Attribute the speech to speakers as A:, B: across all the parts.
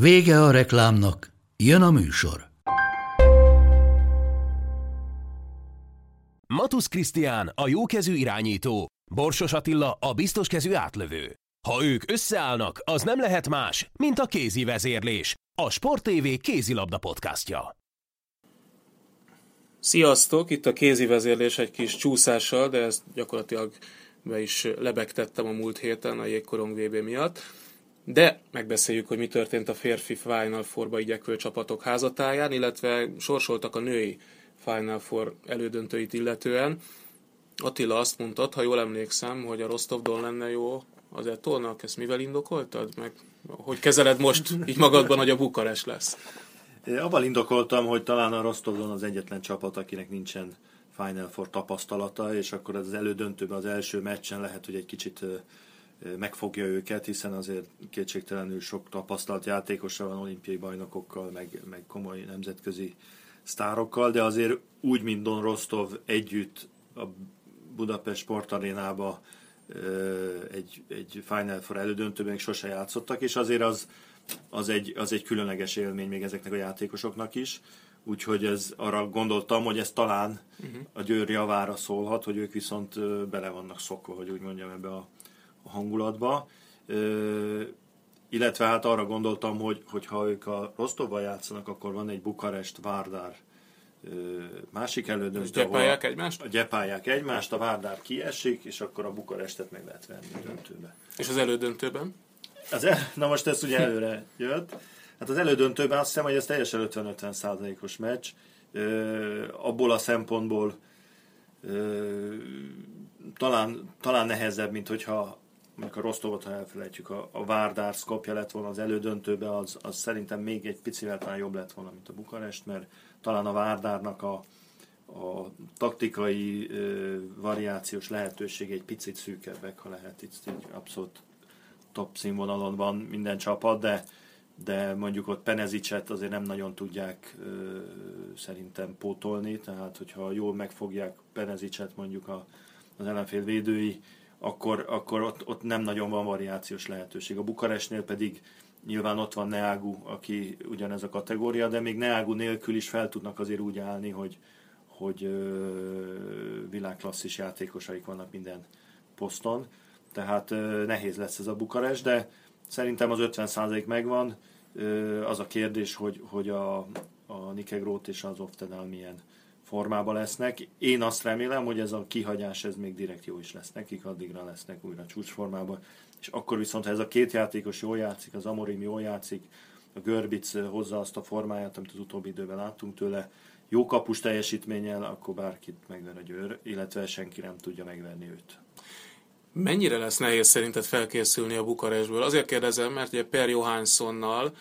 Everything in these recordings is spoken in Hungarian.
A: Vége a reklámnak, jön a műsor.
B: Matusz Krisztián a jókezű irányító, Borsos Attila a biztoskezű átlövő. Ha ők összeállnak, az nem lehet más, mint a kézi vezérlés, a Sport TV kézilabda podcastja.
C: Sziasztok! Itt a kézi vezérlés egy kis csúszással, de ezt gyakorlatilag be is lebegtettem a múlt héten a jégkorong VB miatt. De megbeszéljük, hogy mi történt a férfi Final Four-ba igyekvő csapatok házatáján, illetve sorsoltak a női Final Four elődöntőit illetően. Attila azt mondtad, ha jól emlékszem, hogy a Rostovdon lenne jó az Etolnak, ezt mivel indokoltad? Meg hogy kezeled most így magadban, hogy a Bukares lesz?
D: Én Abban indokoltam, hogy talán a Rostovdon az egyetlen csapat, akinek nincsen Final Four tapasztalata, és akkor az elődöntőben az első meccsen lehet, hogy egy kicsit ö, ö, megfogja őket, hiszen azért kétségtelenül sok tapasztalt játékosa van olimpiai bajnokokkal, meg, meg komoly nemzetközi sztárokkal, de azért úgy, mint Don Rostov együtt a Budapest sportarénába ö, egy, egy Final Four elődöntőben még sose játszottak, és azért az, az, egy, az egy különleges élmény még ezeknek a játékosoknak is. Úgyhogy ez, arra gondoltam, hogy ez talán uh-huh. a Győr javára szólhat, hogy ők viszont ö, bele vannak szokva, hogy úgy mondjam, ebbe a, a hangulatba. Ö, illetve hát arra gondoltam, hogy, hogy ha ők a Rostovval játszanak, akkor van egy Bukarest-Várdár ö, másik
C: És
D: elődöntő, ahol-
C: gyepálják egymást?
D: a gyepálják egymást, a Várdár kiesik, és akkor a Bukarestet meg lehet venni a döntőbe.
C: És az elődöntőben?
D: Az el, na most ez ugye előre jött. Hát az elődöntőben azt hiszem, hogy ez teljesen 50-50 százalékos meccs. Ö, abból a szempontból ö, talán, talán nehezebb, mint hogyha mondjuk a Rostovot, ha elfelejtjük, a, a Várdár Skopje lett volna az elődöntőben, az, az szerintem még egy picivel talán jobb lett volna, mint a Bukarest, mert talán a Várdárnak a, a taktikai ö, variációs lehetőség egy picit szűkebbek, ha lehet itt így abszolút top színvonalon van minden csapat, de, de mondjuk ott Penezicset azért nem nagyon tudják ö, szerintem pótolni, tehát hogyha jól megfogják Penezicset mondjuk a, az ellenfél védői, akkor, akkor ott, ott nem nagyon van variációs lehetőség. A Bukarestnél pedig nyilván ott van Neágu, aki ugyanez a kategória, de még Neágu nélkül is fel tudnak azért úgy állni, hogy, hogy ö, világklasszis játékosaik vannak minden poszton, tehát ö, nehéz lesz ez a Bukarest, de szerintem az 50% megvan. Ö, az a kérdés, hogy, hogy a, a Nike Groth és az Oftenal milyen formában lesznek. Én azt remélem, hogy ez a kihagyás ez még direkt jó is lesz nekik, addigra lesznek újra csúcsformában. És akkor viszont, ha ez a két játékos jól játszik, az Amorim jól játszik, a Görbic ö, hozza azt a formáját, amit az utóbbi időben láttunk tőle, jó kapus teljesítménnyel, akkor bárkit megver a győr, illetve senki nem tudja megverni őt.
C: Mennyire lesz nehéz szerinted felkészülni a Bukarestből? Azért kérdezem, mert ugye Per Johanssonnal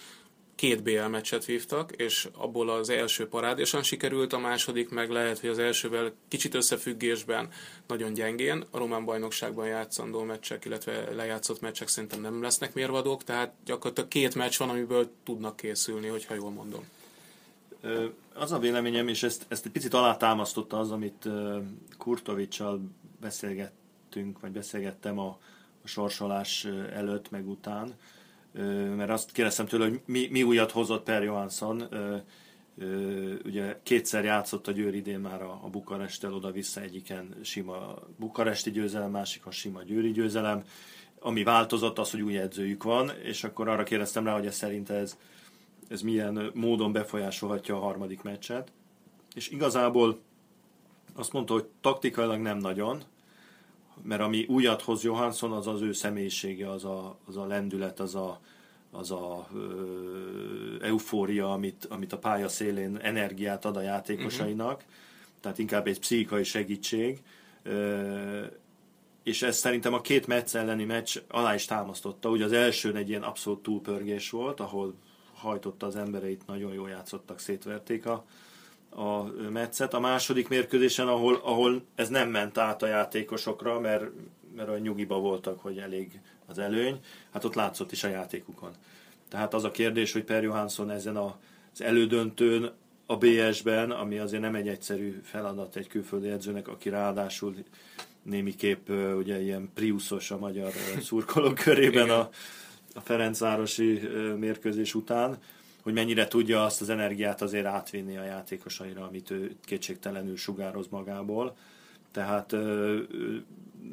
C: két BL meccset vívtak, és abból az első parádésan sikerült, a második meg lehet, hogy az elsővel kicsit összefüggésben nagyon gyengén. A román bajnokságban játszandó meccsek, illetve lejátszott meccsek szerintem nem lesznek mérvadók, tehát gyakorlatilag két meccs van, amiből tudnak készülni, hogyha jól mondom.
D: Ö, Az a véleményem, és ezt, ezt egy picit alátámasztotta az, amit ö, Kurtovicsal beszélgettünk, vagy beszélgettem a, a sorsolás ö, előtt, meg után, Ö, mert azt kérdeztem tőle, hogy mi, mi újat hozott Per Johansson. Ö, ö, Ugye kétszer játszott a Győr idén már a, a Bukarestel oda-vissza, egyiken sima bukaresti győzelem, másikon sima győri győzelem. Ami változott az, hogy új edzőjük van, és akkor arra kérdeztem rá, hogy ez szerint ez, ez milyen módon befolyásolhatja a harmadik meccset. És igazából azt mondta, hogy taktikailag nem nagyon, mert ami újat hoz Johansson, az az ő személyisége, az a, az a lendület, az a, az a ö, eufória, amit, amit a pálya szélén energiát ad a játékosainak, uh-huh. tehát inkább egy pszichikai segítség, ö, és ez szerintem a két meccs elleni meccs alá is támasztotta. Ugye az elsőn egy ilyen abszolút túlpörgés volt, ahol hajtotta az embereit, nagyon jól játszottak, szétverték a, a meccet. A második mérkőzésen, ahol, ahol ez nem ment át a játékosokra, mert, mert a nyugiba voltak, hogy elég az előny, hát ott látszott is a játékukon. Tehát az a kérdés, hogy Per Johansson ezen a, az elődöntőn a BS-ben, ami azért nem egy egyszerű feladat egy külföldi edzőnek, aki ráadásul némiképp ö, ugye ilyen priuszos a magyar ö, szurkolók körében a, a Ferencvárosi ö, mérkőzés után, hogy mennyire tudja azt az energiát azért átvinni a játékosaira, amit ő kétségtelenül sugároz magából. Tehát ö, ö,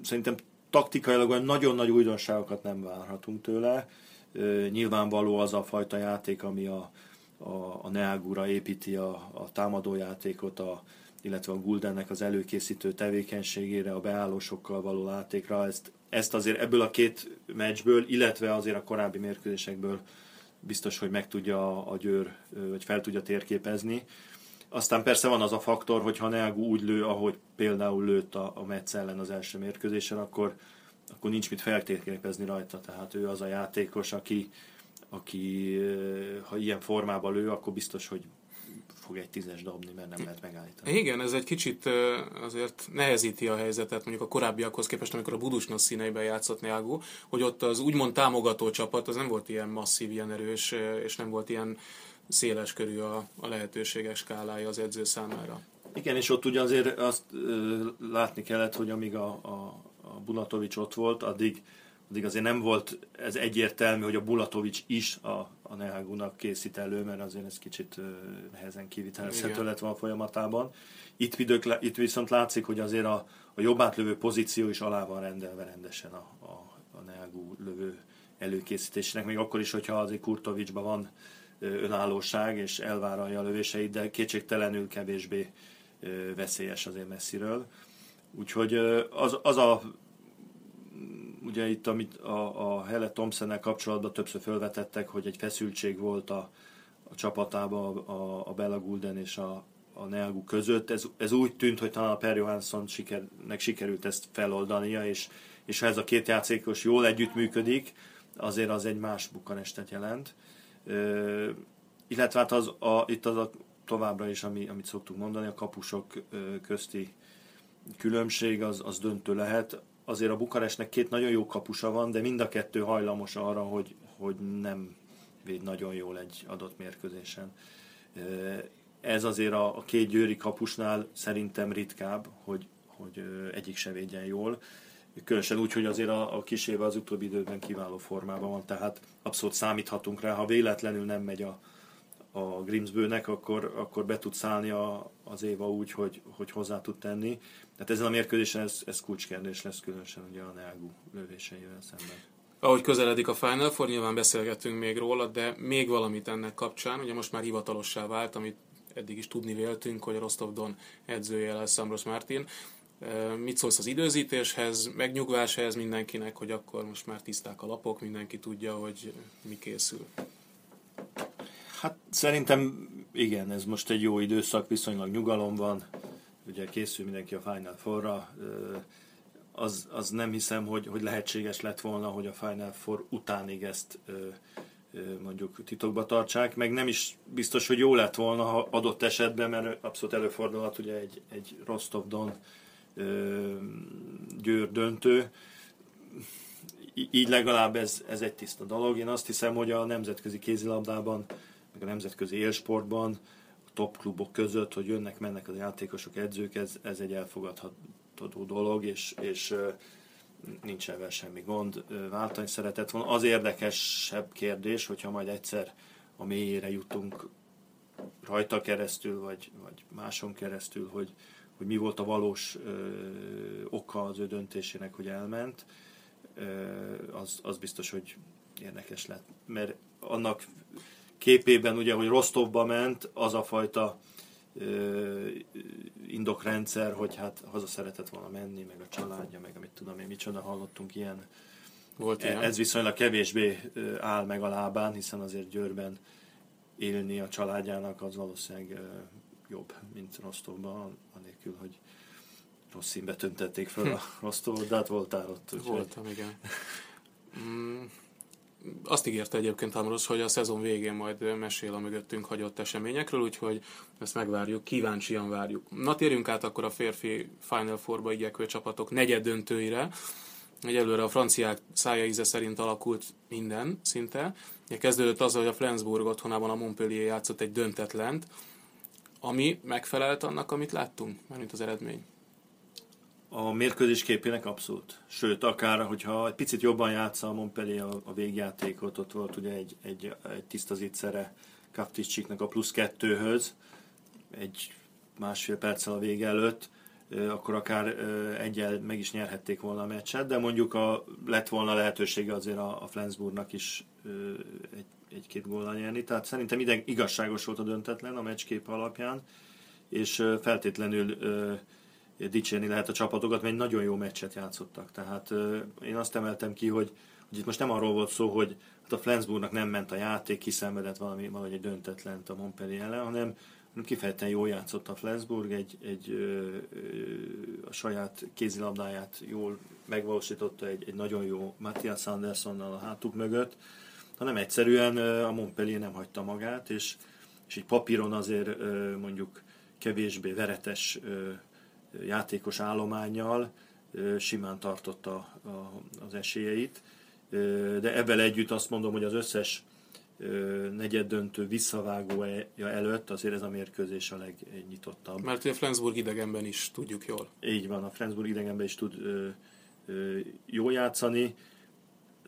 D: szerintem taktikailag olyan nagyon nagy újdonságokat nem várhatunk tőle. Ö, nyilvánvaló az a fajta játék, ami a, a, a Neagura építi a, a támadójátékot, a, illetve a Guldennek az előkészítő tevékenységére, a beállósokkal való látékra. Ezt, ezt azért ebből a két meccsből, illetve azért a korábbi mérkőzésekből biztos, hogy meg tudja a, a győr, ö, vagy fel tudja térképezni. Aztán persze van az a faktor, hogyha Neagu úgy lő, ahogy például lőtt a, a Metsz ellen az első mérkőzésen, akkor, akkor nincs mit feltérképezni rajta. Tehát ő az a játékos, aki, aki ö, ha ilyen formában lő, akkor biztos, hogy fog egy tízes dobni, mert nem lehet megállítani.
C: Igen, ez egy kicsit ö, azért nehezíti a helyzetet mondjuk a korábbiakhoz képest, amikor a Budusnos színeiben játszott Neago, hogy ott az úgymond támogató csapat az nem volt ilyen masszív, ilyen erős, ö, és nem volt ilyen széles körű a, a lehetőséges skálája az edző számára.
D: Igen, és ott ugye azért azt ö, látni kellett, hogy amíg a, a, a Bulatovics ott volt, addig, addig azért nem volt ez egyértelmű, hogy a Bulatovics is a, a Nehágunak készít elő, mert azért ez kicsit ö, nehezen kivitelezhető
C: Igen.
D: lett van a folyamatában. Itt, vidők, itt viszont látszik, hogy azért a, a jobb átlövő pozíció is alá van rendelve rendesen a, a, a Neágú lövő előkészítésének, még akkor is, hogyha azért Kurtovicsban van ö, önállóság, és elváralja a lövéseit, de kétségtelenül kevésbé ö, veszélyes azért messziről. Úgyhogy ö, az, az a ugye itt, amit a, a Hele thompson kapcsolatban többször felvetettek, hogy egy feszültség volt a, a csapatában a, a, a Bella Gulden és a, a Neagu között. Ez, ez úgy tűnt, hogy talán a Per Johansson sikernek sikerült ezt feloldania, és, és ha ez a két játékos jól együttműködik, azért az egy más bukanestet jelent. Ö, illetve hát az, a, itt az a továbbra is, ami, amit szoktuk mondani, a kapusok ö, közti különbség az, az döntő lehet. Azért a Bukarestnek két nagyon jó kapusa van, de mind a kettő hajlamos arra, hogy, hogy nem véd nagyon jól egy adott mérkőzésen. Ö, Ez azért a, a két győri kapusnál szerintem ritkább, hogy, hogy ö, egyik se védjen jól. Különösen úgy, hogy azért a, a kiséve az utóbbi időben kiváló formában van, tehát abszolút számíthatunk rá, ha véletlenül nem megy a, a Grimsbőnek, akkor, akkor be tud szállni a, az Éva úgy, hogy, hogy hozzá tud tenni. Tehát ezen a mérkőzésen ez, ez kulcskérdés lesz, különösen ugye a Neagu lövéseivel szemben.
C: Ahogy közeledik a Final Four, nyilván beszélgetünk még róla, de még valamit ennek kapcsán, ugye most már hivatalossá vált, amit eddig is tudni véltünk, hogy a Rostov Don edzője lesz Ambros Martin. E, Mit szólsz az időzítéshez, megnyugvás ez mindenkinek, hogy akkor most már tiszták a lapok, mindenki tudja, hogy mi készül.
D: Hát szerintem igen, ez most egy jó időszak, viszonylag nyugalom van, ugye készül mindenki a Final Four-ra, Ö, az, az nem hiszem, hogy, hogy lehetséges lett volna, hogy a Final Four utánig ezt ö, ö, mondjuk titokba tartsák, meg nem is biztos, hogy jó lett volna ha adott esetben, mert abszolút előfordulhat ugye egy, egy Rostov-Don ö, győr döntő, í- így legalább ez, ez egy tiszta dolog. Én azt hiszem, hogy a nemzetközi kézilabdában, meg a nemzetközi élsportban, a top klubok között, hogy jönnek, mennek az játékosok, edzők, ez, ez egy elfogadható dolog, és, és ö, nincs ebben semmi gond, Ö, váltani szeretett volna. Az érdekesebb kérdés, hogyha majd egyszer a mélyére jutunk rajta keresztül, vagy, vagy máson keresztül, hogy, hogy mi volt a valós ö, oka az ő döntésének, hogy elment, ö, az, az biztos, hogy érdekes lett. Mert annak képében, ugye, hogy Rostovba ment, az a fajta ö, indokrendszer, hogy hát haza szeretett volna menni, meg a családja, meg amit tudom én, micsoda hallottunk ilyen.
C: Volt ilyen?
D: E- Ez viszonylag kevésbé ö, áll meg a lábán, hiszen azért Győrben élni a családjának az valószínűleg ö, jobb, mint Rostovban, anélkül, hogy rossz színbe
C: Hm.
D: tüntették fel a Rostovot, de hát voltál ott. úgyhogy-
C: Voltam, igen. Mm, Azt ígérte egyébként Hamaros, hogy a szezon végén majd mesél a mögöttünk hagyott eseményekről, úgyhogy ezt megvárjuk, kíváncsian várjuk. Na térjünk át akkor a férfi Final Four-ba igyekvő csapatok negyed döntőire. Egyelőre a franciák szája íze szerint alakult minden szinte. Ugye kezdődött azzal, hogy a Flensburg otthonában a Montpellier játszott egy döntetlent, ami megfelelt annak, amit láttunk, mármint az eredmény.
D: A mérkőzés képének abszolút. Sőt, akár, hogyha egy picit jobban játsza a Montpellier a, a végjátékot, ott volt ugye egy, egy, egy tiszta zicsere Kapticsiknak a plusz kettőhöz, egy másfél perccel a vége előtt, ö, akkor akár ö, egyel meg is nyerhették volna a meccset, de mondjuk a, lett volna lehetősége azért a, a Flensburgnak is ö, egy, egy-két góllal nyerni. Tehát szerintem ide igazságos volt a döntetlen a meccskép alapján, és ö, feltétlenül ö, dicsérni lehet a csapatokat, mert egy nagyon jó meccset játszottak. Tehát ö, én azt emeltem ki, hogy, hogy itt most nem arról volt szó, hogy hát a Flensburgnak nem ment a játék, kiszenvedett valami, valahogy egy döntetlent a Montpellier ellen, hanem hanem kifejezetten jól játszott a Flensburg, egy, egy ö, ö, a saját kézilabdáját jól megvalósította egy, egy nagyon jó Matthias Andersonnal a hátuk mögött, hanem egyszerűen ö, a Montpellier nem hagyta magát, és, és egy papíron azért ö, mondjuk kevésbé veretes ö, játékos állományjal ö, simán tartotta a, az esélyeit, Ö, de ebben együtt azt mondom, hogy az összes ö, negyed döntő visszavágója előtt azért ez a mérkőzés a legnyitottabb.
C: Mert ugye Flensburg idegenben is tudjuk jól.
D: Így van, a Flensburg idegenben is tud ö, ö, jól játszani,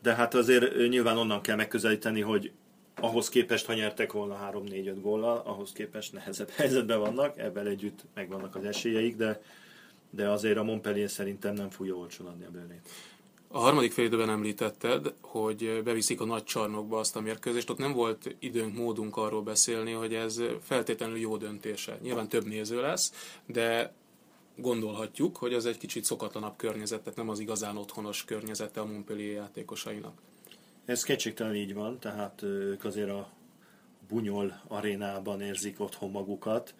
D: de hát azért ö, nyilván onnan kell megközelíteni, hogy ahhoz képest, ha nyertek volna 3-4-5 góllal, ahhoz képest nehezebb helyzetben vannak, ebben együtt megvannak az esélyeik, de, de azért a Montpellier szerintem nem fogja olcsón adni a bőrét.
C: A harmadik fél időben említetted, hogy beviszik a nagy csarnokba azt a mérkőzést. Ott nem volt időnk, módunk arról beszélni, hogy ez feltétlenül jó döntése. Nyilván több néző lesz, de gondolhatjuk, hogy az egy kicsit szokatlanabb környezet, tehát nem az igazán otthonos környezete a Montpellier játékosainak.
D: Ez kétségtelen így van, tehát ö, ők azért a bunyol arénában érzik otthon magukat,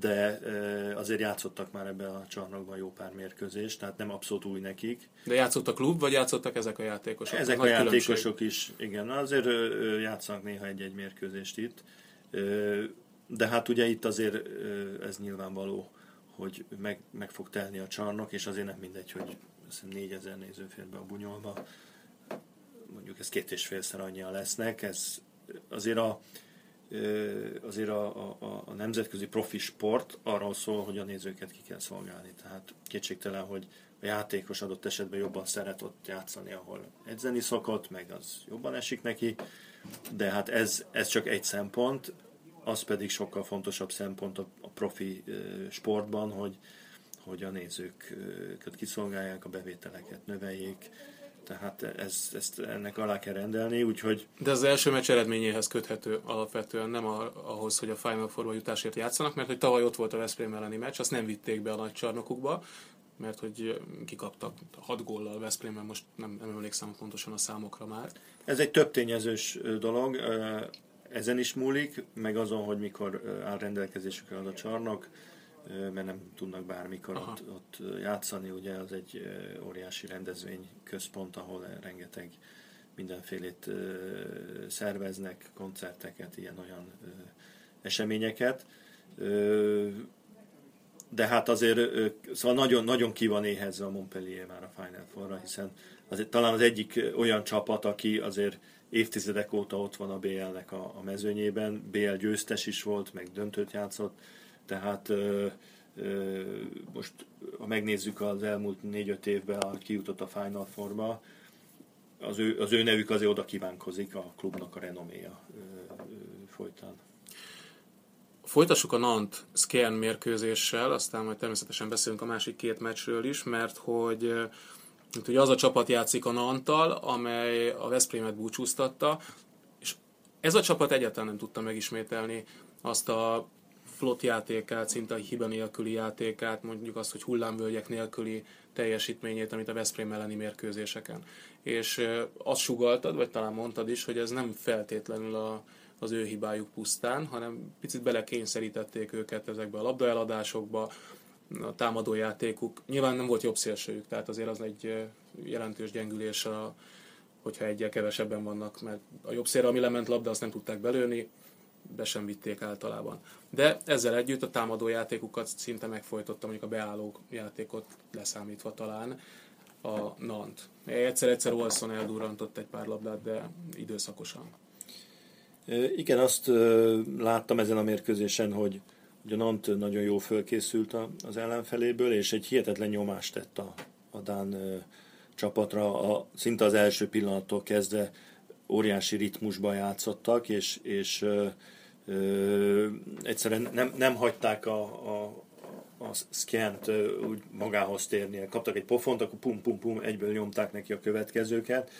D: de ö, azért játszottak már ebben a csarnokban jó pár mérkőzést, tehát nem abszolút új nekik.
C: De játszott a klub, vagy játszottak ezek a játékosok?
D: Ezek a
C: Nagy különbség.
D: játékosok is, igen, azért ö, ö, játszanak néha egy-egy mérkőzést itt, Ö, de hát ugye itt azért ö, ez nyilvánvaló, hogy meg, meg fog telni a csarnok, és azért nem mindegy, hogy azt hiszem 4000 néző fér be a bunyolba, mondjuk ez két és félszer annyian lesznek, ez azért a ö, azért a, a, a- a nemzetközi profi sport arról szól, hogy a nézőket ki kell szolgálni. Tehát kétségtelen, hogy a játékos adott esetben jobban szeret ott játszani, ahol edzeni szokott, meg az jobban esik neki, de hát ez, ez csak egy szempont, az pedig sokkal fontosabb szempont a, a profi ö, sportban, hogy, hogy a nézőket kiszolgálják, a bevételeket növeljék, tehát ez, ezt ennek alá kell rendelni, úgyhogy
C: De az első meccs eredményéhez köthető alapvetően, nem a, ahhoz, hogy a Final Four-ba jutásért játszanak, mert hogy tavaly ott volt a Veszprém elleni meccs, azt nem vitték be a nagy csarnokukba, mert hogy kikaptak 6 góllal Veszprémben, most nem, nem emlékszem pontosan a számokra már.
D: Ez egy több tényezős ö, dolog, ö, ezen is múlik, meg azon, hogy mikor ö, áll rendelkezésükre az a csarnok, ö, mert nem tudnak bármikor
C: Aha.
D: ott, ott ö, játszani, ugye az egy ö, óriási rendezvény központ, ahol rengeteg mindenfélét ö, szerveznek, koncerteket, ilyen-olyan ö, eseményeket. Ö, de hát azért ö, szóval nagyon, nagyon ki van éhezve a Montpellier már a Final Four-ra, hiszen azért talán az egyik ö, olyan csapat, aki azért évtizedek óta ott van a BL-nek a, a mezőnyében, BL győztes is volt, meg döntőt játszott, tehát ö, ö, most ha megnézzük az elmúlt 4-5 évben, a kijutott a Final Four-ba, az ő, az ő nevük azért oda kívánkozik a klubnak a renoméja ö, ö, folytán.
C: Folytassuk a nant Skern mérkőzéssel, aztán majd természetesen beszélünk a másik két meccsről is, mert hogy eh, itt ugye az a csapat játszik a Nantal, amely a Veszprémet búcsúztatta, és ez a csapat egyáltalán nem tudta megismételni azt a flott játékát, szinte a hiba nélküli játékát, mondjuk azt, hogy hullámvölgyek nélküli teljesítményét, amit a Veszprém elleni mérkőzéseken. És eh, azt sugaltad, vagy talán mondtad is, hogy ez nem feltétlenül a, az ő hibájuk pusztán, hanem picit belekényszerítették őket ezekbe a labdaeladásokba, a támadójátékuk. Nyilván nem volt jobb szélsőjük, tehát azért az egy eh, jelentős gyengülés a, hogyha egyel kevesebben vannak, mert a jobb szélre, ami lement labda, azt nem tudták belőni, be sem vitték általában. De ezzel együtt a támadó játékukat szinte megfojtotta, mondjuk a beálló játékot leszámítva talán a Nant. Egyszer-egyszer Olson eldurrantott egy pár labdát, de időszakosan.
D: Igen, azt ö, láttam ezen a mérkőzésen, hogy, hogy a Nant nagyon jól fölkészült a- az ellenfeléből, és egy hihetetlen nyomást tett a, a Dán ö, csapatra. A, szinte az első pillanattól kezdve óriási ritmusban játszottak, és, és ö, ö, egyszerűen nem, nem hagyták a, a, a szkent úgy magához térnie. Kaptak egy pofont, akkor pum-pum-pum, egyből nyomták neki a következőket,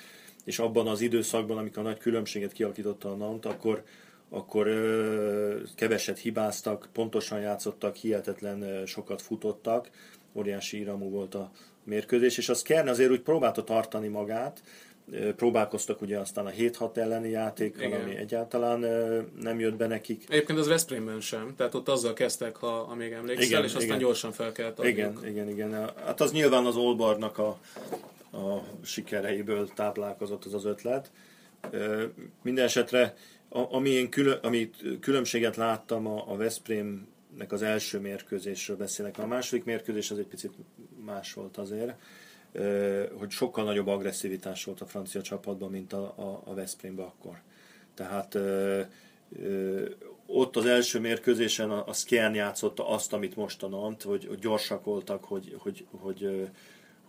D: és abban az időszakban, amikor a nagy különbséget kialakította a Nant, akkor, akkor ö, keveset hibáztak, pontosan játszottak, hihetetlen ö, sokat futottak, óriási iramú volt a mérkőzés, és a Skern azért úgy próbálta tartani magát, ö, próbálkoztak ugye aztán a 7-6 elleni játékkal,
C: Igen.
D: ami egyáltalán ö, nem jött be nekik.
C: Egyébként az Veszprémben sem, tehát ott azzal kezdtek, ha, ha még emlékszel,
D: Igen,
C: és aztán
D: igen.
C: gyorsan fel kellett adniuk.
D: Igen, igen, igen. Hát az nyilván az Olbarnak a, a sikereiből táplálkozott az az ötlet. Ö, Minden esetre, a- ami én külön, amit különbséget láttam a, a Veszprémnek az első mérkőzésről beszélek, mert a második mérkőzés az egy picit más volt azért, ö, hogy sokkal nagyobb agresszivitás volt a francia csapatban, mint a, a, a Veszprémben akkor. Tehát ö, ö, ott az első mérkőzésen a, a Skjern játszotta azt, amit most a Nant, hogy, hogy gyorsak voltak, hogy, hogy, hogy, ö,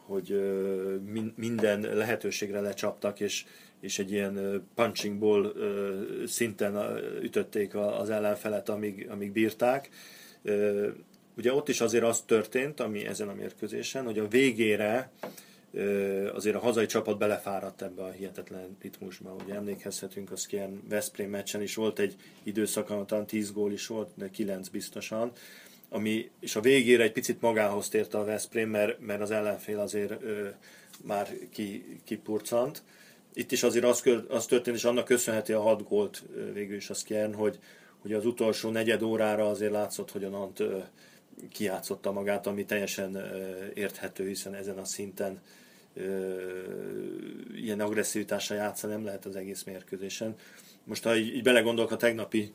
D: hogy ö, min- minden lehetőségre lecsaptak, és, és egy ilyen ö, punching ball ö, szinten ö, ütötték a- az ellenfelet, amíg, amíg bírták. Ö, Ugye ott is azért az történt, ami ezen a mérkőzésen, hogy a végére ö, azért a hazai csapat belefáradt ebbe a hihetetlen ritmusba. Ugye emlékezhetünk, az ilyen Veszprém meccsen is volt egy időszak, ahol talán 10 gól is volt, de 9 biztosan, ami, és a végére egy picit magához tért a Veszprém, mert, mert az ellenfél azért ö, már ki, kipurcant. Itt is azért az, kör- az történt, és annak köszönheti a hat gólt ö, végül is a Skjern, hogy, hogy az utolsó negyed órára azért látszott, hogy a Nant ö, kijátszotta magát, ami teljesen ö, érthető, hiszen ezen a szinten ö, ilyen agresszivitással játsza nem lehet az egész mérkőzésen. Most ha így, így belegondolok a tegnapi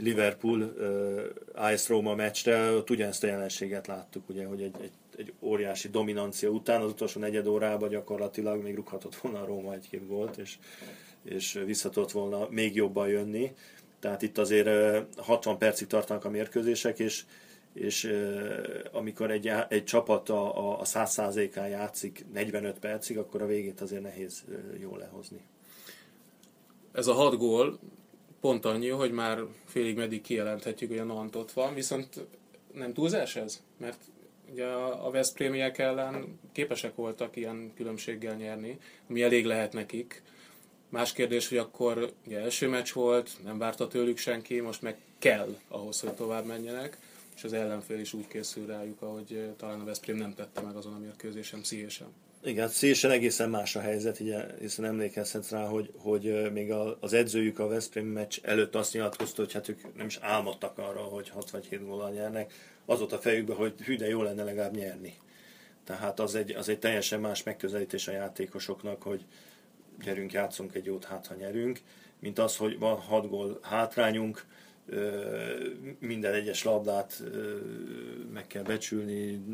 D: Liverpool uh, Ice Roma meccsre, ott ugyanezt a jelenséget láttuk, ugye, hogy egy, egy, egy óriási dominancia után az utolsó negyed órában gyakorlatilag még rúghatott volna a Róma egy-két gólt, és, és visszatott volna még jobban jönni. Tehát itt azért ö, 60 percig tartanak a mérkőzések, és, és ö, amikor egy, já- egy csapat a, a, a 100%-án játszik 45 percig, akkor a végét azért nehéz ö, jól lehozni.
C: Ez a hat gól pont annyi, hogy már félig meddig kijelenthetjük, hogy a Nant ott van, viszont nem túlzás ez? Mert ugye a a Veszprémiek ellen képesek voltak ilyen különbséggel nyerni, ami elég lehet nekik. Más kérdés, hogy akkor ugye első meccs volt, nem várta tőlük senki, most meg kell ahhoz, hogy tovább menjenek, és az ellenfél is úgy készül rájuk, ahogy eh, talán a Veszprém nem tette meg azon a mérkőzésen, pszichésen.
D: Igen, szépen egészen más a helyzet, ugye, hiszen emlékezhetsz rá, hogy, hogy ö, még a- az edzőjük a Veszprém meccs előtt azt nyilatkozta, hogy hát ők nem is álmodtak arra, hogy 6 vagy 7 góllal nyernek. Az ott a fejükben, hogy hű, de jó lenne legalább nyerni. Tehát az egy, az egy teljesen más megközelítés a játékosoknak, hogy gyerünk, játszunk egy jót, hát ha nyerünk, mint az, hogy van 6 gól hátrányunk, ö, minden egyes labdát ö, meg kell becsülni,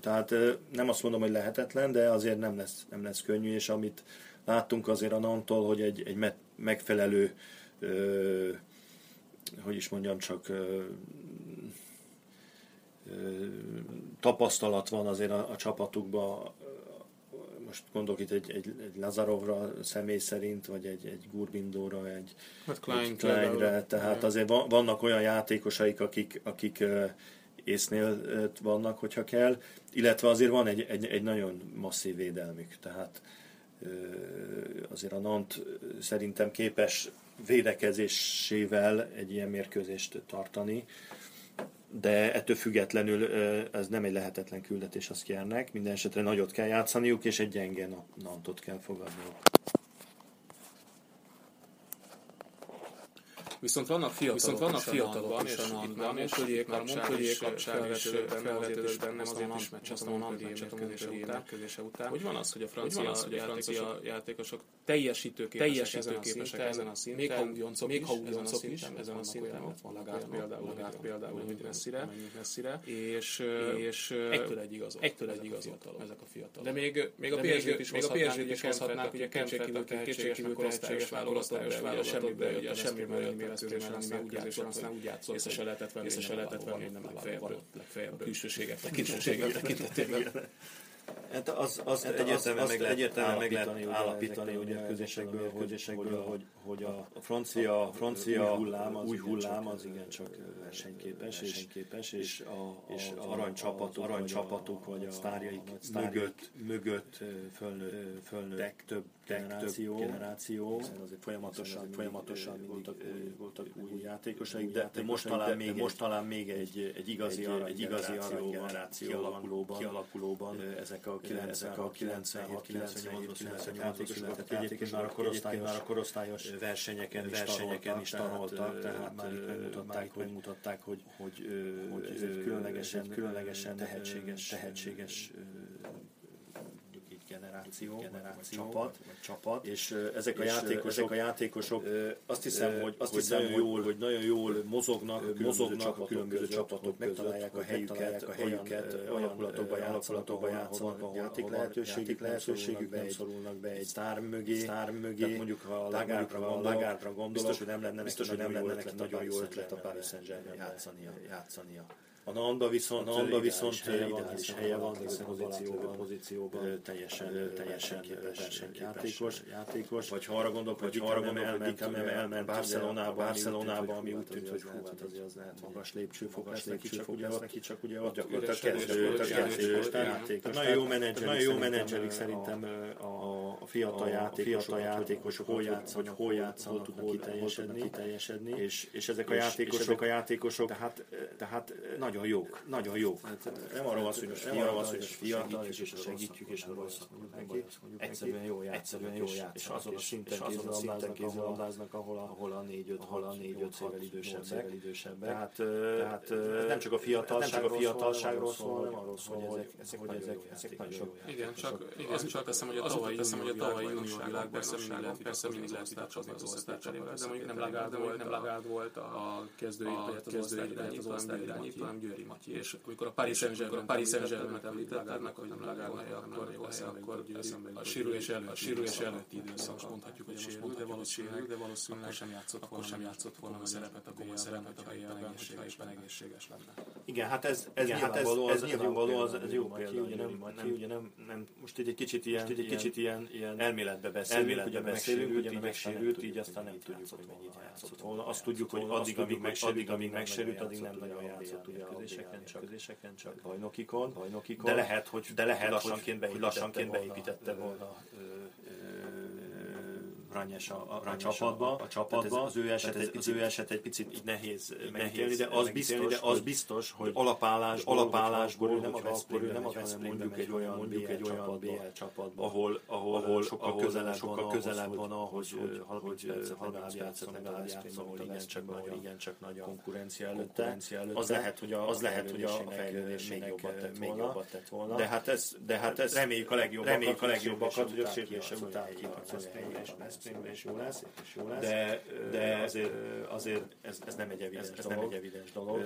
D: tehát ö, nem azt mondom, hogy lehetetlen, de azért nem lesz, nem lesz könnyű, és amit láttunk azért a Nantól, hogy egy, egy me- megfelelő, ö, hogy is mondjam, csak ö, ö, tapasztalat van azért a, a csapatukban, most gondolok itt egy, egy, egy Lazarovra személy szerint, vagy egy, egy Gurbindóra, egy,
C: Hát
D: Klein,
C: Klein,
D: Kleinre,
C: például.
D: tehát azért van- vannak olyan játékosaik, akik, akik ö, észnél ö, vannak, hogyha kell, illetve azért van egy, egy, egy nagyon masszív védelmük, tehát ö, azért a Nant ö, szerintem képes védekezésével egy ilyen mérkőzést tartani, de ettől függetlenül ö, ez nem egy lehetetlen küldetés, azt kérnek, minden esetre nagyot kell játszaniuk, és egy gyenge Na- Nantot kell fogadniuk.
C: Viszont vannak fiatalok, viszont vannak fiatalok is,
E: és
C: akik
E: itt
C: már
E: már
C: Montpellier
E: Montpellier
C: kapcsán,
E: kapcsán
C: Montpellier
E: is
C: kapcsán is
E: felvetődött bennem,
C: felvetődött
E: azért
C: bennem
E: is
C: az én is
E: meccs,
C: meccset,
E: azt
C: a
E: a
C: Montpellier
E: Montpellier
C: meccset a
E: mérkőzése
C: Montpellier
E: után.
C: mérkőzése után.
E: Hogy van az, hogy a francia,
C: hogy van az, hogy a francia
E: játékosok
C: játékosok
E: teljesítőképesek,
C: teljesítőképesek ezen a szinten,
E: még ha ugyancok
C: még
E: is,
C: ha ugyancok
E: ezen a
C: is,
E: szinten,
C: ezen a szinten, ott van Lagár például, Lagár például, hogy messzire, messzire, és, és
E: egytől egy igazol.
C: egytől egy
E: Ezek a
C: igazol
E: fiatalok.
C: ezek a fiatalok.
E: De még, még a
C: De még-
E: PSG-t is
C: még a
E: hozhatnánk,
C: PSG-t is
E: ugye
C: hozhatnánk,
E: hozhatnánk,
C: ugye
E: ugye
C: kétségkívül
E: kétségkívül kétségkívül
C: kétségkívül
E: tehetséges
C: tehetséges válogatott,
E: válogatott,
C: de ugye a semmiből jött, a semmiből jött mezkőzőn,
E: mezkőzőn,
C: aztán úgy játszott, aztán úgy játszott,
E: észre
C: észre
E: se lehetett venni,
C: észre se
E: nem
C: lehetett venni,
E: valahol
C: nem
E: van,
C: legfeljebbről,
E: valahol
C: legfeljebbről, külsőségek tekintetében, tekintetében.
D: Hát az, az
F: Hát
D: egyértelműen
F: azt-
D: meg
F: azt
D: lehet
F: egyértelműen meg
D: állapítani,
F: lehet állapítani,
D: ugye
F: ugye
D: ütközésekből,
F: ezekből a
D: ütközésekből, hogy,
F: hogy-
D: hogy a,
F: a
D: francia,
F: francia-
D: francia
F: új hullám az
D: új
F: igencsak,
D: hullám az
F: ö,
D: igencsak ö, versenyképes, és,
F: versenyképes,
D: és
F: és
D: a,
F: a-
D: és
F: az
D: a
F: az
D: aranycsapatok, aranycsapatok,
F: aranycsapatok,
D: vagy a sztárjaik
F: vagy sztárjaik
D: mögött, mögött
F: fölnőtt-
D: fölnőttek több
F: generáció,
D: generáció, generáció
F: hiszen azért
D: Hiszen
F: folyamatosan,
D: azért
F: folyamatosan
D: mindig,
F: voltak
D: ö,
F: új,
D: voltak
F: voltak
D: új
F: új
D: játékosaik,
F: játékosaik,
D: de, de most talán még
F: de
D: egy,
F: most talán még egy,
D: egy igazi
F: egy,
D: arany,
F: egy igazi arany
D: generáció
F: generáció
D: kialakulóban,
F: kialakulóban,
D: kialakulóban
F: ö,
D: ezek a
F: ezek a 96,
D: 97-98-ban
F: 98-ban
D: született
F: született
D: játékosok,
F: játékosok,
D: akik egyébként már a korosztályos, már a korosztályos
F: ö,
D: versenyeken,
F: is
D: versenyeken
F: tanultak,
D: is
F: tehát,
D: tanultak,
F: ö,
D: tehát már itt
F: ö, már
D: megmutatták,
F: itt
D: hogy
F: megmutatták,
D: hogy hogy ö,
F: hogy
D: ez
F: ez
D: egy
F: egy
D: különlegesen,
F: különlegesen,
D: különlegesen
F: ö,
D: tehetséges,
F: tehetséges,
D: tehetséges ö, mondjuk így generáció, generáció vagy, csapat,
F: csapat,
D: vagy csapat, és ö, ezek a
F: és, ö,
D: játékosok, ezek
F: ezek
D: a
F: a
D: játékosok ö, azt hiszem,
F: ö,
D: hogy azt
F: hogy
D: hiszem,
F: nagyon
D: hogy,
F: jól-
D: hogy nagyon jól mozognak,
F: ö,
D: mozognak
F: mozognak
D: a különböző csapatok,
F: között,
D: megtalálják a
F: hogy
D: helyüket,
F: megtalálják
D: a
F: a
D: helyüket,
F: helyüket,
D: ö,
F: olyan,
D: olyan
F: ö,
D: alakulatokban
F: olyan
D: játszanak,
F: alakulatokban
D: játszanak,
F: játszanak,
D: ahol
F: ahol
D: játék
F: van
D: lehetőségük,
F: játék
D: lehetőségük,
F: lehetőségük,
D: nem
F: egy-
D: szorulnak be egy
F: egy
D: sztár mögé, sztár mögé.
F: Tehát mondjuk, ha a Lagardra
D: a
F: gondolok,
D: Lagardra gondolok,
F: biztos, hogy nem lenne neki
D: biztos, hogy nem
F: nagyon jó
D: lenne neki
F: ötlet a
D: nagyon jó
F: Paris
D: ötlet a Paris Saint-Germain
F: Saint-Germainben
D: játszania.
F: játszania.
D: A Nanda viszont, a
F: A
D: Nanda
F: Nanda
D: viszont
F: ideális helye van,
D: ideális
F: hiszen
D: Hát,
F: a Nanda
D: helye van, hiszen a
F: pozícióban-
D: pozícióban, pozícióban
F: ö,
D: teljesen,
F: ö,
D: teljesen
F: versenyképes,
D: játékos,
F: játékos.
D: játékos. Vagy ha arra gondolok,
F: Vagy
D: hogy
F: ha arra
D: arra nem
F: gondolok, hogy
D: elment,
F: Dickem
D: nem
F: nem
D: elment
F: elment
D: Barcelonába,
F: Barcelonába,
D: Barcelonába, ami úgy
F: ami
D: tűnt, hogy hú, hát azért az lehet magas lépcső fog lesz neki, csak ugye
F: ott-
D: ott neki csak ugye ott
F: gyakorlatilag
D: üres
F: kezdő-
D: volt,
F: kezdő-
D: üres
F: kezdő-
D: volt,
F: kezdő-
D: igen.
F: játékos.
D: Tehát
F: Tehát-
D: Nagyon jó
F: tehát-
D: menedzserek szerintem
F: szerintem,
D: ö, a, a fiatal játékosok,
F: fiatal
D: játékosok,
F: játékosok,
D: hol
F: hogy-
D: játszanak,
F: hogy
D: hol
F: hol
D: játszanak,
F: tudnak
D: hol
F: kiteljesedni.
D: tudnak kiteljesedni, és, és ezek a
F: és
D: játékosok,
F: ezek a
D: játékosok tehát, tehát nagyon jók. Nagyon jók. nem arról van szó, hogy most
F: nem
D: fiatal,
F: arról van
D: az,
F: szó,
D: hogy
F: hogy
D: most
F: most
D: fiatal,
F: segítjük,
D: és
F: és
D: segítjük, és
F: a
D: nem
F: rosszat
D: rosszak
F: mondjuk
D: neki.
F: neki.
D: Egyszerűen jó játszanak, jó és azon a szinten kézilabdáznak, kézilabdáznak, ahol a, ahol a 4 5 ahol a 4 5 évvel idősebbek. idősebbek. Tehát, ö,
F: Tehát, ö,
D: ez nem csak a
F: ez nem
D: fiatalságról,
F: csak a
D: fiatalságról
F: fiatalságról
D: szól, hanem arról szól,
F: hogy
D: hogy ezek,
F: ezek-
D: ezek,
F: hogy
D: hogy
F: ezek-
D: ezek,
F: ezek
D: nagyon
F: nagyon
D: jó
F: jó
C: Igen, csak, igen,
E: az
C: csak
E: jutott
C: teszem, hogy a
E: azóta
C: tavalyi
E: teszem,
C: unió
E: hogy a tavalyi
C: világbajnokságon
E: unió
C: persze
E: világbajnokságon
C: mindig lehet persze
E: persze
C: mindig
E: mindig
C: lehet
E: lehet
C: vitatkozni
E: vitatkozni
C: az
E: az
C: osztálycsapatok, de
E: osztálycsapatok,
C: mondjuk nem
E: de mondjuk
C: Lagarde
E: nem
C: volt, nem
E: Lagarde
C: Lagarde volt a
E: kezdő
C: a
E: irányít, az
C: kezdő
E: osztály
C: irányít, az
E: irányító,
C: osztály
E: nem Győri
C: irányít,
E: Matyi.
C: hanem Győri Matyi. És
E: Amikor a Paris Saint-Germain
C: Paris
E: Saint-Germain
C: Saint-Germain
E: említ
C: említ
E: Lagárnak,
C: Lagárnak,
E: hogy
C: hogy
E: nem
C: nem
E: Lagárnak,
C: Lagárnak,
E: akkor
C: akkor
E: jó
C: jó
E: hely,
C: helye,
E: akkor
C: akkor eszembe
E: a
C: jutott,
E: sérülés
C: hogy
E: előtti
C: a sérülés
E: időszak,
C: előtti időszak,
E: most mondhatjuk, hogy
C: most
E: sérül, de
C: mondhatjuk, hogy
E: valószínűleg,
C: sérül, de
E: de
C: valószínűleg
E: valószínűleg sem játszott
C: akkor sem játszott volna
E: komoly szerepet a komoly szerepet a
C: BL-ben,
E: BL-ben,
C: hogyha
E: hogyha éppen
C: éppen
E: egészséges lenne.
D: Igen, hát ez, ez
F: Igen, hát ez-
D: nyilvánvaló,
F: ez
D: az,
F: nyilvánvaló,
D: az, ez jó
F: Gyuri
D: példa,
F: Matyi,
D: ugye nem,
F: Gyuri
D: nem,
F: Matyi,
D: ugye nem, nem, most így egy kicsit ilyen,
F: Most így egy kicsit ilyen, ilyen
D: elméletbe beszélünk,
F: elméletbe
D: ugye,
F: beszélünk,
D: megsérült,
F: ugye,
D: ugye megsérült,
F: megsérült,
D: így
F: így
D: aztán
F: aztán
D: nem
F: nem
D: tudjuk, hogy mennyit játszott volna.
F: volna.
D: Azt tudjuk, hogy
F: Azt
D: addig,
F: tudjuk,
D: amíg
F: hogy
D: megsérült,
F: addig,
D: addig
F: amíg megsérült,
D: megsérült, addig nem
F: addig
D: nagyon
F: nem
D: játszott, ugye
F: nagyon
D: edzéseken,
F: játszott,
D: csak
F: ugye
D: edzéseken, csak
F: edzéseken,
D: bajnokikon,
F: bajnokikon.
D: de lehet, hogy, de lehet, hogy
F: lassanként
D: hogy lassanként
F: beépítette
D: beépítette volna
F: volna,
D: Ranyes a, a, a,
F: Ranyes a-
D: csapatba,
F: a-
D: a
F: a
D: csapatba.
F: csapatba.
D: Az ő eset
F: Tehát
D: egy
F: ez-
D: az ő eset egy picit így nehéz megítélni,
F: nehéz
D: de az
F: megítélni,
D: biztos, de
F: de az
D: az biztos, hogy alapállás, alapállásból nem a Veszprémbe nem a Veszprémbe mondjuk egy olyan mondjuk egy olyan BL csapatba, ahol ahol ahol sokkal közelebb sokkal közelebb van ahhoz, hogy 30 percet legalább játszom, legalább játszom, ahol igen csak nagy ahol igen csak nagy a konkurencia előtte. Az lehet, hogy a az lehet, hogy a fejlődésének még jobbat tett volna, De hát ez de hát ez reméljük a legjobbakat, reméljük a legjobbakat, hogy a sérülése után kiharcolja és Veszprémbe és jó lesz, és jó lesz. De de azért azért ez ez nem egy evidens ez nem egy evidens dolog.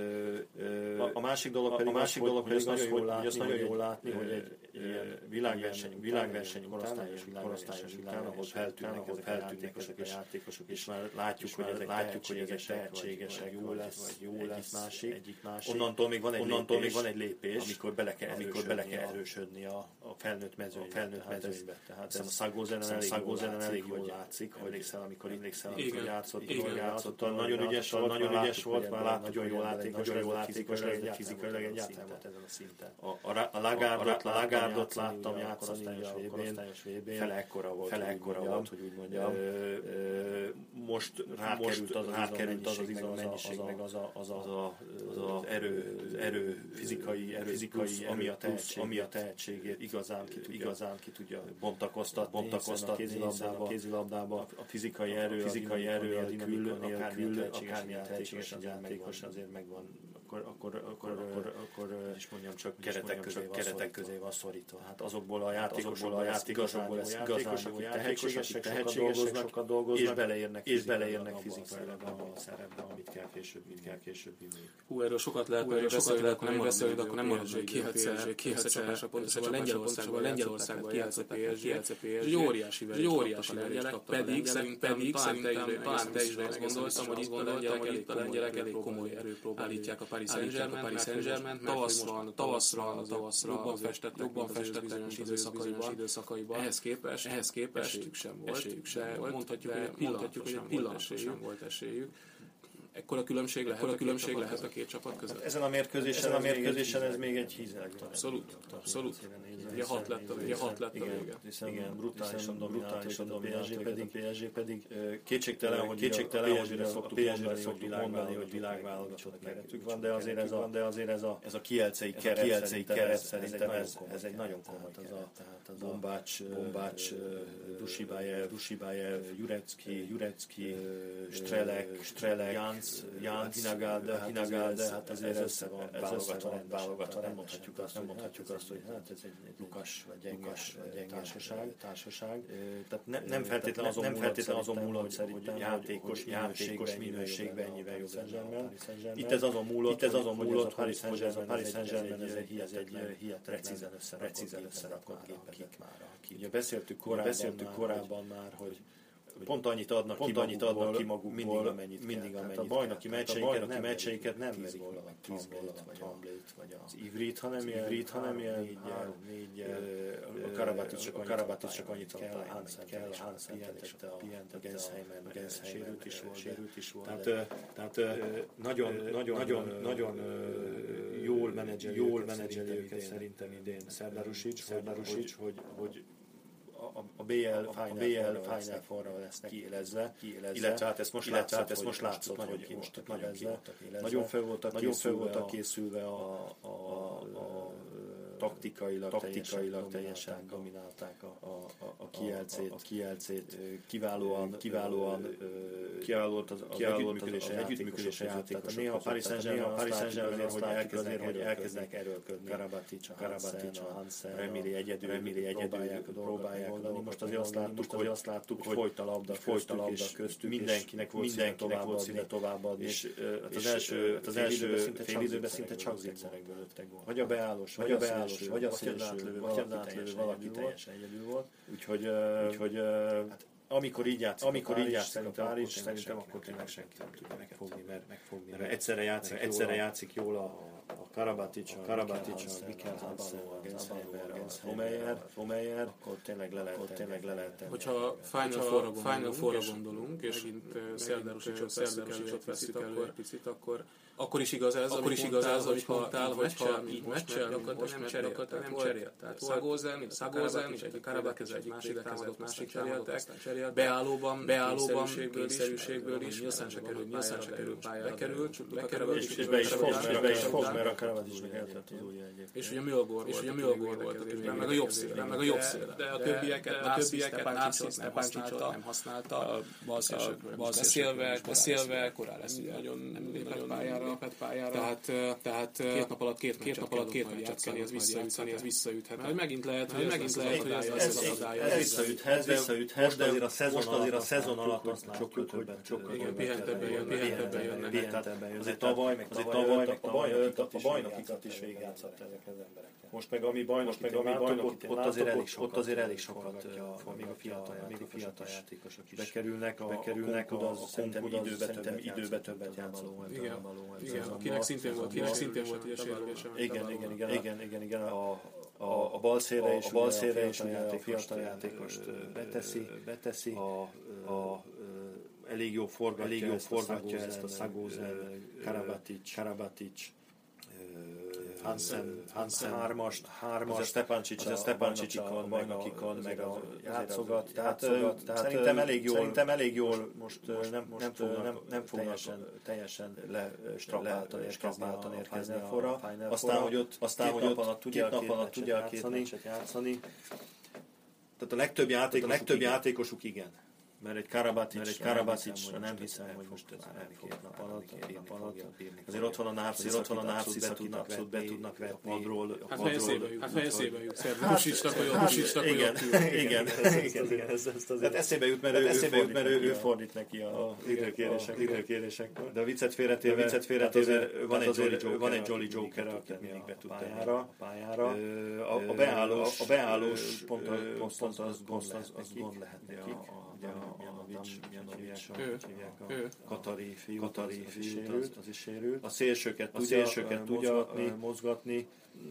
D: A, a másik dolog pedig, a másik dolog pedig az, hogy hogy azt nagyon jól látni, hogy egy ilyen világverseny, világverseny, korosztályos korosztályos után, ahol feltűnnek, ahol feltűnnek ezek a játékosok, és már látjuk, hogy ezek látjuk, hogy ezek tehetségesek, jó lesz, jó lesz másik, egyik másik. Onnantól még van egy onnantól még van egy lépés, amikor bele kell amikor bele kell erősödni a, a felnőtt mezőnybe, a felnőtt mezőnybe. Tehát ez, a Szagózenen elég, Szagózenen elég jól látszik, hogy emlékszel, amikor emlékszel, amikor játszott, amikor játszott, nagyon ügyes volt, nagyon ügyes volt, már láttuk, nagyon jó játékos, nagyon jó játékos, fizikailag egyáltalán volt ezen a szinten. A, a, a Lagárdot, a Lagárdot láttam játszani ugye a korosztályos VB-n, fele ekkora volt, fele ekkora volt, hogy úgy mondjam. Ö, ö, Most rákerült az rákerült az az izommennyiség, meg az a, az a, az a erő, az erő, fizikai erő, fizikai ami a tehetségét, ami a tehetségét igazán ki tudja, igazán ki tudja bontakoztatni, bontakoztatni, hiszen a kézilabdában, labdába, a, a fizikai erő, a fizikai erő, a dinamika nélkül, akármilyen tehetséges az játékos azért megvan. Akkor, akkor, akkor, akkor, akkor és mondjam csak keretek közé, keretek közé van szorítva. Hát azokból a játékosokból, a játékosokból lesz igazán jó játékosok, akik tehetségesek, sokat dolgoznak, és beleérnek, és beleérnek fizikailag abban a szerepben, amit kell később, mit kell később vinni.
C: Hú, erről sokat lehet,
G: Hú,
C: erről
G: erről
C: sokat lehet,
G: sokat
C: akkor nem
G: lehet,
C: beszélünk,
G: nem
C: akkor nem
G: mondom,
C: maradsz, hogy
G: hogy PSG,
C: kihetsz, kihetsz
G: kihetsz
C: a
G: a-
C: pontosan
G: pontosabban
C: Lengyelországban, Lengyelországban kihetsz a PSG, kihetsz a PSG, egy óriási verést óriási lengyelek, pedig szerintem, pedig szerintem, talán te is azt gondoltam, hogy itt a lengyelek, hogy itt a lengyelek elég komoly erőpróbál állítják a Paris Saint-Germain, a Paris Saint-Germain, tavaszra, tavaszra, tavaszra, jobban festettek, jobban festettek bizonyos időszakaiban, időszakaiban, ehhez képest, ehhez képest, esélyük sem volt, esélyük sem volt, mondhatjuk, hogy egy pillanatra sem volt esélyük, Ekkora különbség lehet, ekkora különbség lehet a két csapat között.
D: Ezen a mérkőzésen, ezen a mérkőzésen ez még egy hízeleg talán.
C: Abszolút, abszolút. Ugye hat lett a vége, hat lett a vége.
D: Hiszen, igen, brutálisan brutálisan dominált őket a PSG pedig. ö, Kétségtelen, hogy
G: kétségtelen,
D: kétségtelen,
G: hogy
D: hogy
G: mire
D: szoktuk mondani, hogy világválogatott, hogy világválogatott keretük van, de azért ez a, de azért ez a, ez a kielcei keret, kielcei keret szerintem ez, ez egy nagyon komoly keret. Tehát az a Bombács, Bombács, Dusibájev, Dusibájev, Jurecki, Jurecki, Strelek, Strelek, Jánc, Jánc, Hinagáde, Hinagáde, hát azért ez össze van válogatva, válogatva, nem mondhatjuk azt, nem mondhatjuk azt, hogy hát ez egy Lukas vagy gyenges, vagy gyenges társaság, társaság. Tehát ne, nem feltétlen azon, nem feltétlen azon múlott szerintem, hogy játékos, játékos minőségben ennyivel jobb Saint Germain. Itt ez azon múlott, itt ez azon múlott, hogy ez a Paris Saint Germain ez egy hihetetlen, hihetetlen, precízen összerakott gépezet már. Ugye beszéltük korábban, beszéltük korábban már, hogy Pont annyit adnak, pont ki, annyit adnak ki magukból, mindig amennyit mindig kell. Amennyit a bajnoki meccseinket, bajnoki meccseinket nem verik valahogy 10 gólat, vagy a vagy az Ivrit, hanem ilyen, Ivrit, hanem ilyen, három, négy, a Karabatic csak, a Karabatic csak annyit kell, Hansen kell, Hansen pihentette a Gensheimen, Gensheimen is volt, sérült is volt. Tehát, ö, tehát ö, nagyon, nagyon, nagyon, nagyon ö, jól menedzseli, jól menedzseli őket szerintem idén. Szerdarusic, Szerdarusic, hogy, hogy a, a- a BL, a, a BL Final Four-ra lesznek kiélezve, kiélezve, illetve hát ezt most illetve, látszott, hát ezt most látszott, hogy, hogy most itt nagyon ki voltak élezve, nagyon fel voltak nagyon fel voltak készülve a, a, a, a taktikailag, taktikailag teljesen dominálták a, a, a, a kielcét, a, a kielcét kiválóan, kiválóan kiállott az, az együttműködés, az együttműködés a játékosok. Néha a Paris Saint-Germain, a Paris Saint-Germain azért, hogy elkezdenek, hogy elkezdenek erőlködni. Karabatic, a Karabatic, a Hansen, Remili egyedül, Remili egyedül próbálják, próbálják oldani. Most azért azt láttuk, hogy azt láttuk, hogy folyt a labda, folyt a labda köztük, mindenkinek volt mindenkinek volt színe továbbadni. És ö, hát az első, az első fél időben szinte csak zicserekből öttek volt. Vagy a beállós, vagy a beállós, vagy a szélső, vagy az átlövő, valaki teljesen egyedül volt. Úgyhogy, ö, úgyhogy ö, Hát, amikor így játszik, amikor így játszik a Párizs, szerintem akkor tényleg senki nem tudja megfogni, mert, megfogni, mert, egyszerre játszik, egyszerre játszik jól a, a Karabatic, a Karabatic, a Mikkel Hansen, a Gensheimer, a Homeyer, Homeyer, akkor tényleg le lehet, tényleg le lehet
C: Hogyha Final Four-ra gondolunk, gondolunk, és megint eh, Szerdarusicsot veszük elő, veszük elő egy picit, akkor, akkor is igaz ez, akkor is igaz ez, amit mondtál, hogyha így meccsel, gyakorlatilag nem cserélt, nem cserélt. Tehát Szagózen, Szagózen, egy Karabakez egy másik támadott, másik cseréltek, beállóban, beállóban, kényszerűségből is, nyilván se kerül, nyilván se kerül pályára, bekerül, bekerül,
D: és, és be is fog, és be is fog, mert a Karabatic meg eltett az ujja
C: és
D: egyébként.
C: ugye Milgor és ugye Milgor volt a tűnben, meg a jobb szélre, meg a jobb szélre. De a többieket, a többieket Narcis nem használta, nem használta, a balszélsőkről beszélve, beszélve, korán lesz ugye nagyon lépett pályára, lépett pályára. Tehát, eh, tehát eh, két nap alatt két, két nap alatt két meccset kell ez visszajutni, ez visszaüthet. Hogy megint lehet, hogy megint lehet, hogy ez lesz az adája.
D: Ez visszaüthet, visszaüthet, de azért a szezon, most azért a szezon alatt azt látjuk, hogy
C: Igen, pihentebben jön, pihentebben jön.
D: Pihentebben jön. Azért tavaly, meg tavaly, meg a bajnokikat is végigjátszott ezek az emberek. Most meg ami bajnok, meg ami bajnok, ott azért elég sokat, ott azért elég sokat, még a fiatal, még a fiatal játékosok is bekerülnek, a, bekerülnek a, a szerintem időbe, szerintem időbe többet játszó.
C: Igen, igen, akinek szintén volt, akinek szintén volt ugye sérülése.
D: Igen, igen, igen, igen, igen, igen. A, a, a balszére is, a balszére is ugye a fiatal játékost ö, beteszi, beteszi. A, a, ö, elég jó forgatja, elég jó forgatja ezt a Szagózer, Karabatic, Karabatic, Hansen, Hansen hármast, hármast, az a Stepancsics, a Stepancsicsik, meg a kikon, meg a játszogat, tehát, ö, tehát szerintem elég jól, szerintem elég jól most, most, nem, most nem, fognak, nem, nem fognak teljesen, teljesen le, strapáltan érkezni, a, érkezni a, forra. Aztán, hogy ott, aztán, hogy ott alatt tudja, két nap alatt tudja a két meccset játszani. Tehát a legtöbb játékosuk, a legtöbb játékosuk igen. mert egy Karabatic, egy Karabatic,
F: Karabatic,
D: nem hiszem, hogy most ez nem
F: két
D: két nap alatt,
F: két
D: nap alatt. Azért
F: Azért
D: ott van a Nápszisz, ott van a Nápszisz, akit abszolút be tudnak vetni a padról. a
C: Hát
D: padról.
C: fejszébe hűk, hát fejszébe hűk, szerb,
D: Hát,
C: húsistak, olyan
D: hát,
C: húsistak, olyan
D: igen, igen, igen, igen, igen,
F: ez, ez azért.
D: Hát eszébe jut, mert, ő, eszébe jut, mert ő, ő fordít neki a, a
F: időkérések.
D: De a viccet félretéve,
F: De a
D: de a
F: viccet félretéve,
D: félretéve van, egy
F: tehát
D: Jolly
F: azért van
D: Joker, van
F: egy
D: egy
F: Jolly
D: Jolly Joker,
F: Joker,
D: akit mindig be tud
F: a
D: tenni
F: pályára.
D: a pályára.
F: Ö,
D: A, a beállós,
F: a-
D: a
F: a beállós
D: beállós
F: pont-
D: pont,
F: pont-
D: pont,
F: pont
D: pont
F: az-
D: az,
F: gond
D: gond,
F: lehet
D: az, az
F: nekik.
D: gond lehet
F: Ugye a-
D: nekik.
F: a-
D: Ugye a Janovics, Janovics,
C: Ő. Ő.
D: a Katari fiú,
F: Katari
D: Katari
F: fiú,
D: fiú,
F: az-
D: az is sérült.
F: A
D: A szélsőket
F: a
D: tudja,
F: szélsőket tudja,
D: tudja ö,
F: ö,
D: mozgatni.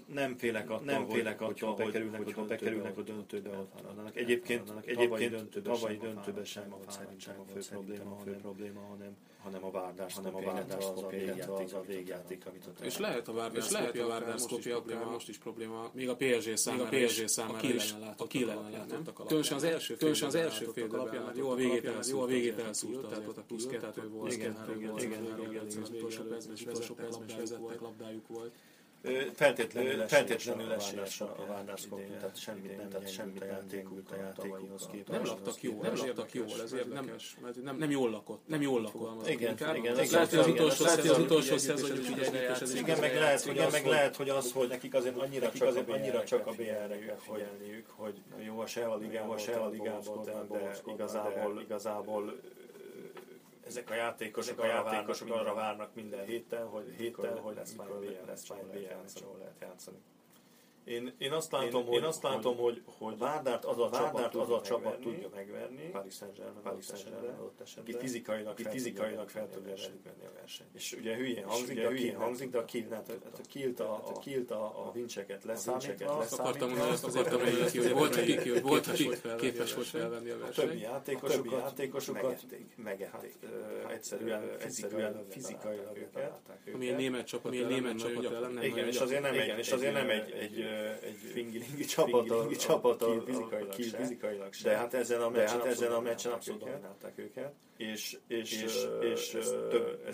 D: Nem félek attól,
F: Nem
D: nem
F: félek
D: félek hogy,
F: attól,
D: hogyha
F: hogy-
D: bekerülnek,
F: hogyha
D: hogyha bekerülnek a döntőbe,
F: döntőbe,
D: ott
F: ott
D: vannak.
F: vannak.
D: Egyébként,
F: Ott vannak.
D: egyébként
F: Tavalyi döntőben
D: tavalyi
F: sem a
D: döntőben
F: fáradtság
D: sem a
F: volt
D: fáradtság
F: szerintem
D: a fő probléma, a fő probléma, hanem
F: hanem a várdás,
D: hanem a várdás
F: az a végjáték,
D: az a végjáték, amit ott
C: És lehet a Várnár
E: És lehet a
C: Szkópia,
E: Várnár
C: Várnár
E: Szkópia
C: Szkópia akár
E: probléma.
C: most is probléma, még a PSG számára,
E: Még a PSG
C: is,
E: számára
C: aki
E: is,
C: is,
E: a kill
C: a kill
E: ellen
C: ellen
E: látottak
C: látottak
E: alapján.
C: Különösen az első
E: Különösen
C: fél
E: az első
C: időben
E: fél
C: látottak
E: időben
C: alapján,
E: látottak
C: jó a végét
E: alapján,
C: elszúrta, jó a végét elszúrta,
E: azért
C: tehát ott a plusz
E: plusz
C: kettő
E: kettő
C: volt,
D: igen,
C: három
D: igen,
C: volt,
D: igen,
C: három
D: igen,
C: volt,
D: igen,
C: az utolsó percben is vezettek labdájuk volt.
D: Feltétlenül
F: Ö,
D: feltétlenül
F: esélyes
D: esélyes a
F: a
D: Várdás Kopin,
F: idén,
D: tehát semmit
F: idén
D: nem, tehát
F: gyengült
D: semmit
F: a
D: nem
F: játékuk
D: tékunk a
F: a
D: játékaihoz
F: játékhoz
D: képest.
F: Nem Az
C: Nem laktak jól, nem laktak jól, ez érdekes, mert nem, nem jól lakott, nem jól lakott.
D: Igen,
C: Inkább
D: igen,
C: az
D: igen,
C: Lehet, hogy az
D: igen,
C: utolsó
D: lehet,
C: szezon, az
D: hogy az
C: utolsó szezon, hogy ugye ez
D: Igen, meg lehet, hogy, igen, meg lehet, hogy az, hogy nekik azért annyira,
F: Nekik
D: csak,
F: azért
D: a
F: annyira
D: annyira csak a
F: BL-re
D: BL-re
F: kell
D: kell figyelniük, hogy jó, a se a
F: Ligában,
D: ligában, se a ligában, de, de igazából, igazából ezek a játékosok,
F: ezek
D: a
F: arra
D: játékosok
F: várnak
D: arra
F: minden-
D: várnak minden héten, hogy héten, hogy lesz már
F: mikor
D: BL, lesz már BL,
F: játszani.
D: ahol lehet játszani. Én, én azt látom,
F: látom,
D: én,
F: hogy-
D: hogy, én azt látom, hogy, hogy Várdárt az a
F: Várdárt
D: csapat,
F: az
D: az
F: a
D: a
F: csapat
D: csapat
F: tudja
D: tudja megverni,
F: Paris Saint-Germain,
D: Paris Saint-Germain
F: adott
D: adott
F: esetben,
D: esetben, aki fizikailag, aki fizikailag fel tudja
F: verni
D: venni
F: a versenyt.
D: és ugye hülyén
F: És
D: hangzik,
F: ugye
D: de
F: hülyén
D: hülyén hangzik, de a kill,
F: nem
D: nem,
F: tudta.
D: a kilt a, a, kilt a, a vincseket leszámítva,
C: Azt akartam mondani, azt akartam mondani, neki, hogy volt, aki hogy volt, aki képes volt felvenni a
D: a többi
C: versenyt.
D: játékosokat,
F: többi játékosokat
D: megették, megették.
F: Hát,
D: Ö,
F: hát,
D: egyszerűen,
F: ö,
D: egyszerűen
F: fizikailag
D: fizikailag őket.
F: letalálták
C: Ami egy német csapat ellen, német csapat ellen nem
D: Igen, és azért nem egy, és azért nem egy, egy, egy fingilingi csapat,
F: csapat,
D: a, csapat a,
F: a-
D: fizikailag,
F: a-
D: ki
F: se.
D: fizikailag se.
F: De hát ezen a
D: De
F: meccsen
D: hát ezen a meccsen
F: abszolút
D: abszolút
F: dominálták
D: dominálták őket. És,
F: És,
D: és, és,
F: és,
D: és
F: ez
D: több
F: több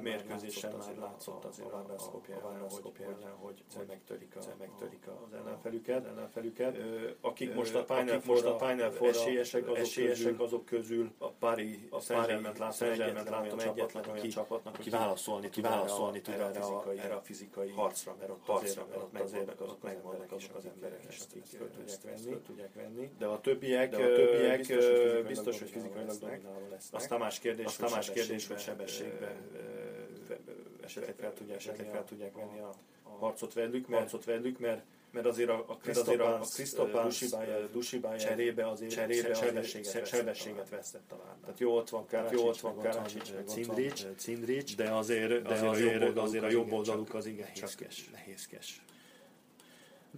F: mérkőzésen
D: mérkőzésen
F: már látszott azért a Vándár Szkopje
D: a
F: ellen,
D: Vándor
F: hogy-
D: Szkopje ellen, hogy
F: hogy
D: hogy megtörik, a,
F: egyszer megtörik
D: megtörik
F: a-
D: az ellenfelüket. ellenfelüket. Ö, akik
F: Ö,
D: most a Final
F: akik most a
D: Four-ra
F: Final Four-ra
D: esélyesek, azok,
F: esélyesek,
D: közül, azok közül a Pári
F: a
D: a
F: Paris
D: Saint-Germain látom
F: Saint-Germain
D: egyetlen
F: látom
D: olyan
F: egyetlen
D: csapatnak,
F: olyan
D: aki,
F: csapatnak, aki
D: aki
F: válaszolni
D: válaszolni
F: tud
D: tud
F: erre a-
D: válaszolni tud
F: erre a
D: erre a,
F: fizikai-
D: erre a fizikai
F: harcra,
D: harcra,
F: mert
D: mert
F: ott
D: ott
F: azért-
D: harcra, mert
F: ott
D: ott
F: azért
D: megvannak azok,
F: megvannak
D: megvannak
F: azok
D: azok az emberek is, akik ezt föl tudják venni.
F: De
D: De
F: a
D: a többiek,
F: ö,
D: többiek
F: biztos, hogy fizikailag
D: ö, biztos, hogy fizikailag
F: dominálva lesznek.
D: dominálva lesznek.
F: Aztán más kérdés,
D: Aztán
F: hogy
D: más kérdés, hogy
F: sebességbe,
D: sebességbe
F: ö,
D: ö, esetleg fel tudják, esetleg
F: venni a-
D: fel tudják venni a
F: a
D: harcot velük, mert,
F: harcot
D: harcot velük, mert mert azért a, a
F: Christoph
D: Krisztopán, a
F: Barnes,
D: Krisztopán eh,
F: Dusibájev,
D: Dusibájev
F: cserébe azért
D: cserébe
F: sebességet
D: azért
F: vesztett
D: sebességet
F: a
D: vesztett a várnál.
F: Tehát
D: Tehát jó ott van Karácsics,
F: jó
D: jó
F: ott van Karácsics,
D: Karácsics,
F: meg
D: meg
F: ott
D: Cindrics,
F: van, ö,
D: Cindrics, de azért,
F: de
D: de
F: azért-
D: azért,
F: azért
D: azért a jobb oldaluk az igen nehézkes. nehézkes.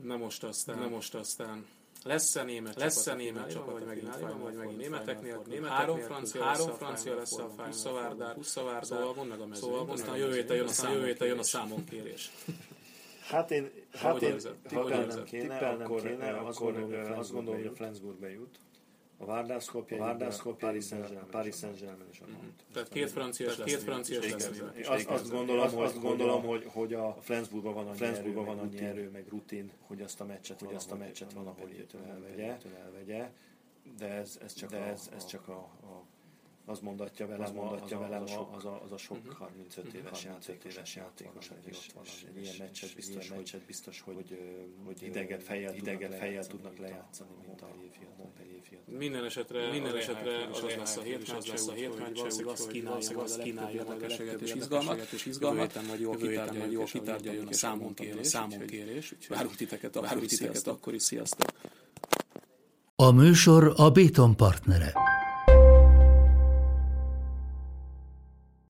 C: Nem most aztán, nem most aztán. Lesz-e német lesz csapat, német csapat, vagy megint fájnál, vagy megint németeknél, németeknél, három francia, három francia lesz a fájnál, Puszavárdár, Puszavárdár, szóval mondd meg a mezőt. Szóval aztán jövő héten jön, aztán jövő héten jön a számonkérés.
D: Hát én,
C: hogy
D: hát én
C: érzed? Ti
D: ha
C: hogy
D: tippelnem
C: érzed?
D: kéne,
F: Tippelnem
D: akkor,
F: kéne,
D: eh, azt
F: akkor,
D: gondolom, hogy
F: eh,
D: Flensburg
F: azt gondolom,
D: bejut.
F: hogy
D: Flensburgbe jut. A Várdás Skopje,
F: A
D: a
F: Várdás
D: Várdás
F: Skopje
D: Paris
F: jut, de
D: Saint-Germain,
F: Paris
D: Paris Saint-Germain is a mond.
C: Tehát két francia lesz, két francia lesz.
D: És azt, azt gondolom, hogy, azt gondolom, hogy, hogy a Flensburgban van annyi,
F: Flensburgban
D: erő,
F: van
D: van
F: annyi
D: annyi
F: erő,
D: erő, meg rutin, hogy azt a meccset, hogy azt a meccset van, ahogy elvegye, elvegye. De ez, ez csak,
F: De
D: a,
F: ez-
D: ez,
F: ez
D: ez csak a, a az mondatja velem,
F: az mondatja
D: a, az,
F: velem
D: a, az,
F: a-
D: a, az, a, az a sok 35
F: 35
D: éves játékos,
F: éves
D: éves
F: játékos,
D: játékos,
F: aki
D: aki
F: ott van,
D: és,
F: azért
D: és
F: is-
D: ilyen meccset
F: és
D: biztos,
F: ilyen
D: hogy,
F: meccset
D: biztos, hogy, hogy, hogy
F: ö,
D: idegen fejjel,
F: idegen
D: idegen
F: fejjel
D: fejjel tudnak
F: tudnak
D: lejátszani, mint a Montpellier fiatal.
C: Minden esetre, minden esetre az, hát az lesz a hét meccs, az lesz a hét meccs, úgyhogy azt kínálja, az kínálja a legtöbb és izgalmat, és izgalmat, vagy jól kitárgyalja, jól kitárgyalja jön a számon kérés, számon kérés, várunk titeket, várunk titeket akkor is, sziasztok!
A: A műsor a Béton partnere.